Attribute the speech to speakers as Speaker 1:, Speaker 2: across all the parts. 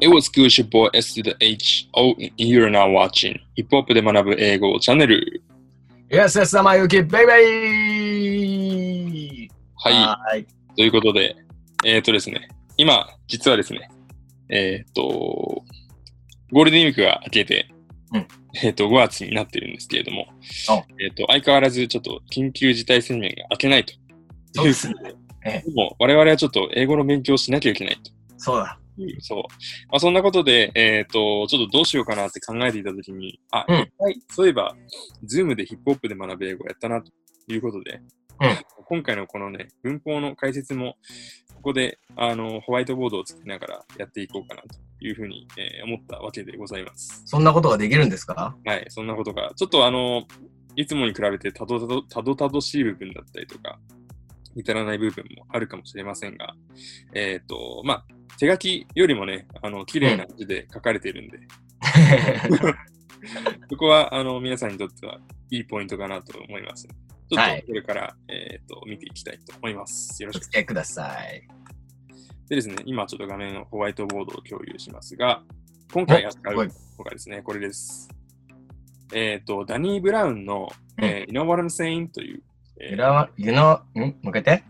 Speaker 1: It was good ship o S to the H O You're now watching ヒップホップで学ぶ英語チャンネル
Speaker 2: Yes, yes, 生ゆき、ベイベイ
Speaker 1: はい、
Speaker 2: はい。
Speaker 1: ということでえっ、ー、とですね今実はですねえっ、とゴールデンウィークが明けて、
Speaker 2: うん
Speaker 1: えっ、と5月になってるんですけれども
Speaker 2: あ
Speaker 1: えっ、と相変わらずちょっと緊急事態宣言が明けないと
Speaker 2: そうですね。え
Speaker 1: でも我々はちょっと英語の勉強をしなきゃいけないと
Speaker 2: そうだ。
Speaker 1: そう。まあ、そんなことで、えっ、と、ちょっとどうしようかなって考えていたときに、あ、
Speaker 2: うん
Speaker 1: 一回そういえば、ズームでヒップホップで学ぶ英語やったなということで、
Speaker 2: うん
Speaker 1: 今回のこのね、文法の解説も、ここで、あの、ホワイトボードをつけながらやっていこうかなというふうに、えー思ったわけでございます。
Speaker 2: そんなことができるんですか
Speaker 1: はい、そんなことが、ちょっとあの、いつもに比べてたどたどたどたどしい部分だったりとか、至らない部分もあるかもしれませんが、えっ、と、まあ、手書きよりもね、あの、綺麗な字で書かれているんで、そこは、あの、皆さんにとってはいいポイントかなと思います。ちょ
Speaker 2: は
Speaker 1: っ
Speaker 2: い
Speaker 1: とこれから、えっ、と、見ていきたいと思います。よろ
Speaker 2: お
Speaker 1: しく。
Speaker 2: 付き合いください。
Speaker 1: でですね、今ちょっと画面のホワイトボードを共有しますが、今回扱う
Speaker 2: おはい
Speaker 1: のがですね、これです。えっ、と、ダニー・ブラウンの、えー You know what I'm saying? という、えー
Speaker 2: ゆらわ、ゆの、んもう一回言って。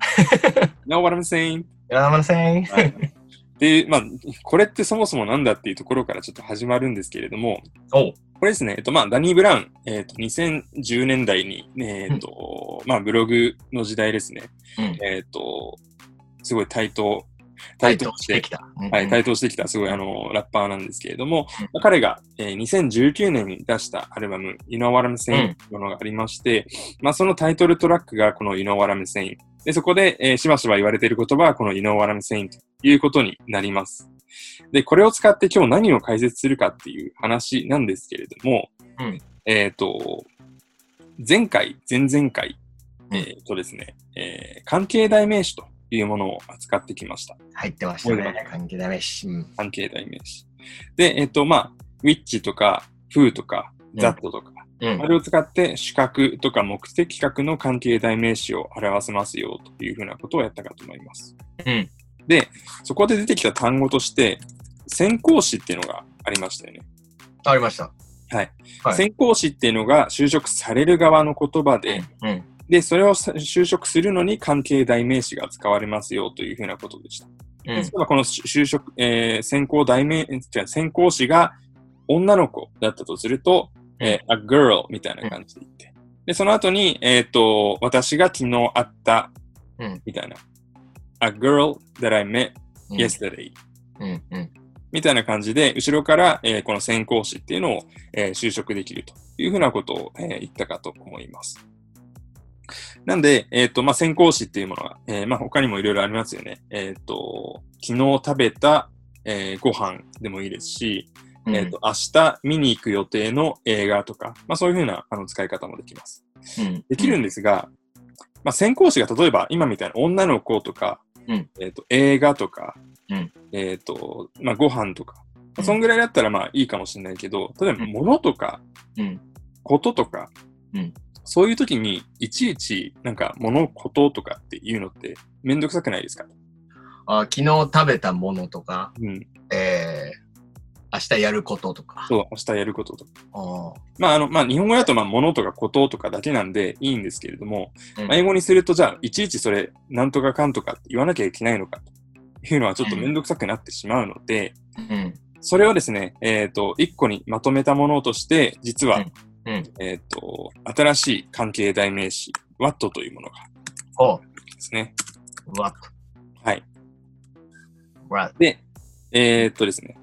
Speaker 1: You know what I'm saying?
Speaker 2: ゆらません。
Speaker 1: はいで、まあ、これってそもそもなんだっていうところからちょっと始まるんですけれども、
Speaker 2: おう。
Speaker 1: これですね、えっと、まあ、ダニー・ブラウン、えっと、2010年代に、えっと、まあ、ブログの時代ですね、
Speaker 2: うん。
Speaker 1: えっと、すごい対等、
Speaker 2: タ
Speaker 1: 対
Speaker 2: イト
Speaker 1: 等
Speaker 2: ル
Speaker 1: し
Speaker 2: しててき、た。
Speaker 1: はい、
Speaker 2: イ
Speaker 1: 台頭してきた、すごいあの、ラッパーなんですけれども
Speaker 2: うん、
Speaker 1: まあ彼が、えー2019年に出したアルバム、You Know What I'm Saying というものがありまして、まあ、そのタイトルトラックがこの You Know What I'm Saying。で、そこで、えーしばしば言われている言葉はこの You Know What I'm Saying ということになります。で、これを使って今日何を解説するかっていう話なんですけれども、
Speaker 2: うん
Speaker 1: えっ、と、前回、前々回、
Speaker 2: うん
Speaker 1: えっ、とですね、えー関係代名詞というものを扱ってきました。
Speaker 2: 入ってましたね。関係ダメし。うん
Speaker 1: 関係代名詞。で、えっと、まあ、ウィッチとか、フーとか、
Speaker 2: うん
Speaker 1: ザットとか、
Speaker 2: う
Speaker 1: あ
Speaker 2: ん。
Speaker 1: れを使って主格とか目的格の関係代名詞を表せますよというふうなことをやったかと思います。
Speaker 2: うん。
Speaker 1: で、そこで出てきた単語として、先行詞っていうのがありましたよね。
Speaker 2: ありました。はい
Speaker 1: 先行詞っていうのが就職される側の言葉で、
Speaker 2: うん。うん。
Speaker 1: で、それをさ就職するのに関係代名詞が使われますよというふうなことでした。
Speaker 2: うん
Speaker 1: 例えばこの就職、えー専攻題名、じゃ専攻師が女の子だったとすると、えー a girl みたいな感じで言って。で、その後に、えっ、と、私が昨日会った
Speaker 2: うん、
Speaker 1: みたいな。a girl that I met
Speaker 2: うん。
Speaker 1: yesterday
Speaker 2: うん。うん。
Speaker 1: みたいな感じで、後ろから、えーこの専攻師っていうのを、えー就職できるというふうなことを、えー言ったかと思います。なんで、えっ、と、まあ、専攻師っていうものは、えーまあ、他にもいろいろありますよね。えっ、と、昨日食べた、えーご飯でもいいですし、
Speaker 2: うん
Speaker 1: えっ、と、明日見に行く予定の映画とか、まあ、そういうふうなあの使い方もできます。
Speaker 2: うん。
Speaker 1: できるんですが、まあ、先行詞が例えば今みたいな女の子とか、
Speaker 2: うん
Speaker 1: えー、と映画とか、
Speaker 2: うん
Speaker 1: えーとまあ、ご飯とか、まあ
Speaker 2: うん
Speaker 1: そんぐらいだったらまあいいかもしれないけど、例えば
Speaker 2: うん
Speaker 1: 物とか、
Speaker 2: うん
Speaker 1: こととか、
Speaker 2: うん
Speaker 1: そういう時にいちいちなんか物こととかっていうのってめんどくさくないですか、
Speaker 2: あ昨日食べたものとか、
Speaker 1: うん、
Speaker 2: えー、明日やることとか。
Speaker 1: そう明日やることとか。
Speaker 2: あ
Speaker 1: まああのまあ、日本語だとまあ物とかこととかだけなんでいいんですけれども、
Speaker 2: うん
Speaker 1: まあ英語にするとじゃあいちいちそれなんとかかんとかって言わなきゃいけないのかというのはちょっとめんどくさくなってしまうので、
Speaker 2: ーうん。
Speaker 1: それをですね、えっと一個にまとめたものとして実は、
Speaker 2: うんうん
Speaker 1: えっと新しい関係代名詞 WAT というものがある
Speaker 2: おうん
Speaker 1: ですね。
Speaker 2: what,
Speaker 1: はい、
Speaker 2: what,
Speaker 1: で、えっとですね、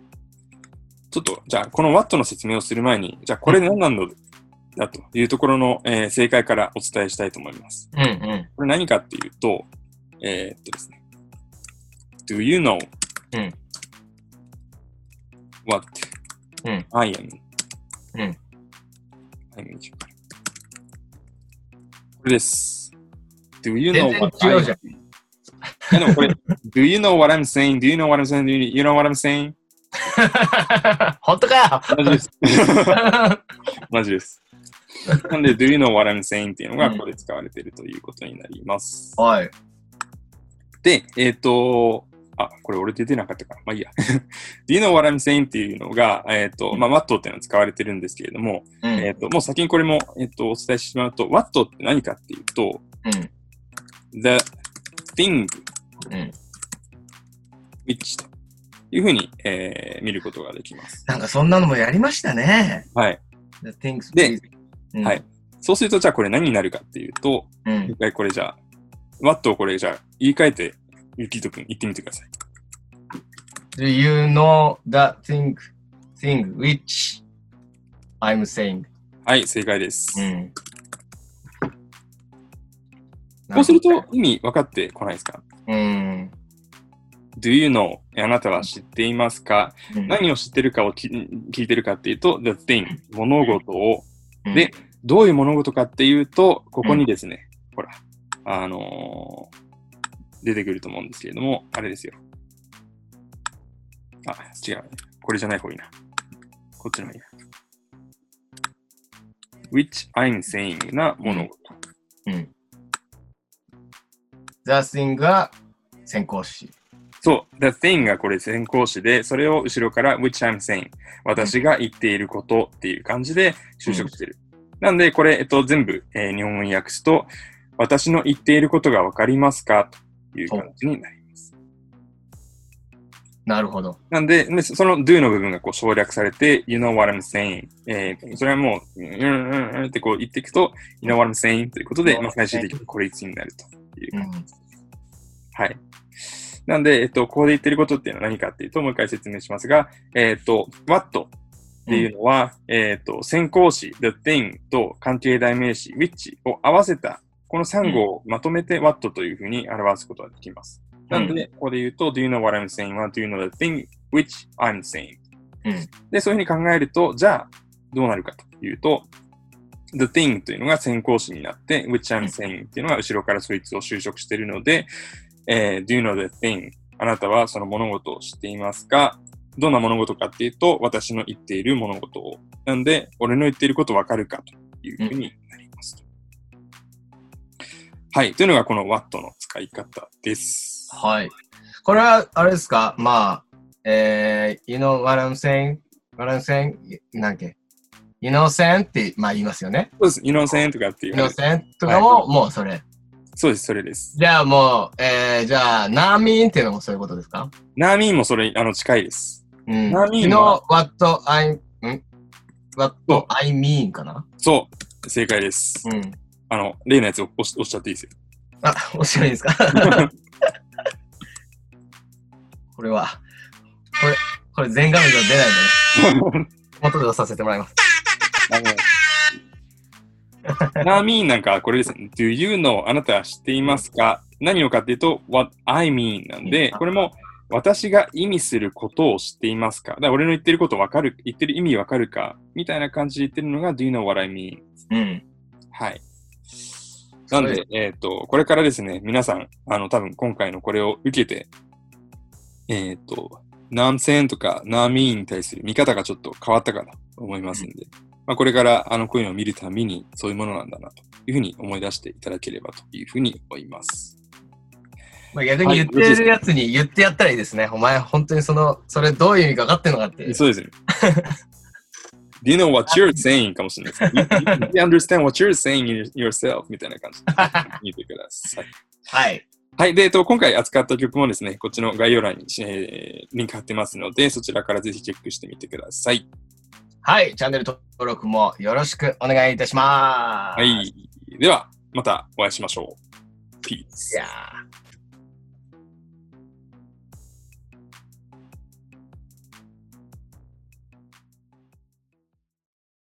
Speaker 1: ちょっとじゃあこの WAT の説明をする前にじゃあこれ何なんだだというところの、えー正解からお伝えしたいと思います。
Speaker 2: うん うん。
Speaker 1: これ何かっていうと、えーっとですね。Do you know
Speaker 2: うん
Speaker 1: what
Speaker 2: うん
Speaker 1: I am?
Speaker 2: うん
Speaker 1: I'm これです。Do you
Speaker 2: 全
Speaker 1: know
Speaker 2: 然
Speaker 1: what I
Speaker 2: 違
Speaker 1: am?
Speaker 2: うじゃ
Speaker 1: い
Speaker 2: ん
Speaker 1: やでもこれ、Do you know what I'm saying? Do you know what I'm saying? Do you- you know what I'm saying?
Speaker 2: 本当 かよ
Speaker 1: マジです。マジです。なんで、Do you know what I'm saying? っていうのがここで使われているということになります。
Speaker 2: はい。
Speaker 1: で、えっ、と、あ、これ俺出てなかったから。まあいいや。Do you know what I'm saying? っていうのが、えっ、と、まあ、Watt っていうのが使われてるんですけれども、
Speaker 2: うん。
Speaker 1: えっ、と、もう先にこれも、えっ、と、お伝えしてしまうと、Watt って何かっていうと、
Speaker 2: うん。
Speaker 1: the thing
Speaker 2: うん。
Speaker 1: which というふうに、えー見ることができます。
Speaker 2: なんかそんなのもやりましたね。
Speaker 1: はい。
Speaker 2: The things
Speaker 1: で
Speaker 2: we- うん、
Speaker 1: はい。そうすると、じゃあこれ何になるかっていうと、
Speaker 2: うん。
Speaker 1: 一回これじゃあ、Watt をこれじゃあ言い換えて、ゆきとくん言ってみてください。
Speaker 2: Do you know the thing, thing which I'm saying?
Speaker 1: はい、正解です。
Speaker 2: うん。
Speaker 1: そうすると、意味分かってこないですか
Speaker 2: うん。
Speaker 1: ?Do you know? あなたは知っていますか
Speaker 2: うん、
Speaker 1: 何を知ってるかをき聞いてるかっていうと、the thing 物事を、
Speaker 2: うん
Speaker 1: で、どういう物事かっていうと、ここにですね、ほら、あのー出てくると思うんですけれども、あれですよ。あ、違う。これじゃない方がいいな。こっちの方がいいな。which I'm saying な物事。
Speaker 2: うん。The thing が先行詞。
Speaker 1: そう、the thing がこれ先行詞で、それを後ろから which I'm saying 私が言っていることっていう感じで就職してる。なんで、これ、えっと、全部、えー日本語に訳すと、私の言っていることがわかりますかという感じになります。
Speaker 2: なるほど。
Speaker 1: なんで、ねその do の部分がこう省略されて、you know what I'm saying、えーそれはもう、うんうんうんうんってこう言っていくと、you know what I'm saying ということで、まあ、最終的にこれ一になるという
Speaker 2: う
Speaker 1: 感じ。
Speaker 2: ん。
Speaker 1: はい。なんで、えっと、ここで言ってることっていうのは何かっていうと、もう一回説明しますが、えっと、what っていうのは、えっと、先行詞、the thing と関係代名詞、which を合わせた、この3語をまとめて what というふうに表すことができます。なんで、ここで言うと、do you know what I'm saying は do you know the thing which I'm saying、
Speaker 2: うん
Speaker 1: で、そういうふうに考えると、じゃあ、どうなるかというと、the thing というのが先行詞になって、which
Speaker 2: う
Speaker 1: I'm
Speaker 2: ん
Speaker 1: saying っていうのが後ろからそいつを就職しているので、えー do you know the thing? あなたはその物事を知っていますかどんな物事かっていうと、私の言っている物事を。なんで、俺の言っていることわかるかというふうになります。はい。というのがこの Watt の使い方です。
Speaker 2: はい。これは、あれですかまあ、えー、you know what I'm saying? What I'm saying? なんだっけ ?you know saying? って、まあ言いますよね。
Speaker 1: そうです。イノセンとかってい
Speaker 2: you
Speaker 1: う
Speaker 2: know。saying? とかも、もうそれ。
Speaker 1: そうです。それです。
Speaker 2: じゃあもう、えー、じゃあ、ナーミンっていうのもそういうことですか
Speaker 1: ナーミーもそれ、あの、近いです。
Speaker 2: うん。
Speaker 1: ナーミ
Speaker 2: you
Speaker 1: ン
Speaker 2: know
Speaker 1: は
Speaker 2: what I, ん what
Speaker 1: そう
Speaker 2: I mean かな
Speaker 1: そう。正解です。
Speaker 2: うん。
Speaker 1: あの、例のやつをおっしおっしゃっていいですよ。
Speaker 2: あ、面白いですかこれは、これ、これ全画面じゃ出ないんでね。元で出させてもらいます。
Speaker 1: ナーミーなんかこれですね。Do you know? あなたは知っていますか何をかっていうと、what I mean なんで、これも私が意味することを知っていますかだから俺の言ってることわかる、言ってる意味わかるかみたいな感じで言ってるのが Do you know what I mean?
Speaker 2: うん。
Speaker 1: はい。なんで、えっ、と、これからですね、皆さん、あの、多分今回のこれを受けて、えっ、と、ナンセンとかナーミーに対する見方がちょっと変わったかなと思いますんで、まあ、これからあの、こういうのを見るたびに、そういうものなんだなというふうに思い出していただければというふうに思います。
Speaker 2: まあ、逆に言ってるやつに言ってやったらいいですね。お前、本当にその、それどういう意味か分かってんのかって。
Speaker 1: そうですね。Do you know what you're saying? かもしれないですね。You, you understand what you're saying in yourself? みたいな感じで見てください。
Speaker 2: はい。
Speaker 1: はい。で、えっと、今回扱った曲もですね、こっちの概要欄に、えーリンク貼ってますので、そちらからぜひチェックしてみてください。
Speaker 2: はい。チャンネル登録もよろしくお願いいたします。
Speaker 1: は。い。では、またお会いしましょう。Peace.
Speaker 2: いやー